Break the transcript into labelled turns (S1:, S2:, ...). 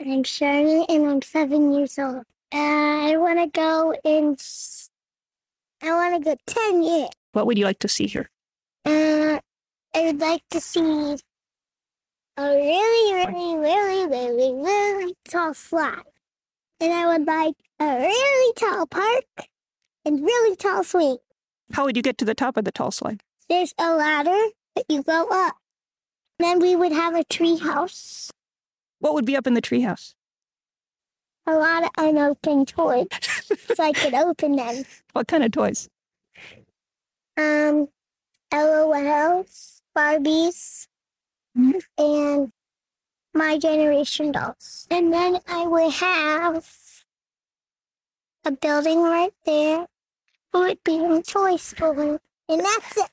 S1: I'm Shani and I'm seven years old. Uh, I want to go in, s- I want to go 10 years.
S2: What would you like to see here?
S1: Uh, I would like to see a really, really, really, really, really tall slide. And I would like a really tall park and really tall swing.
S2: How would you get to the top of the tall slide?
S1: There's a ladder that you go up. Then we would have a tree house,
S2: What would be up in the treehouse?
S1: a lot of unopened toys, so I could open them.
S2: What kind of toys?
S1: Um, LOLs, Barbies,
S2: Mhm.
S1: and My Generation dolls. And then I would have a building right there. It would be in toy school, and that's it.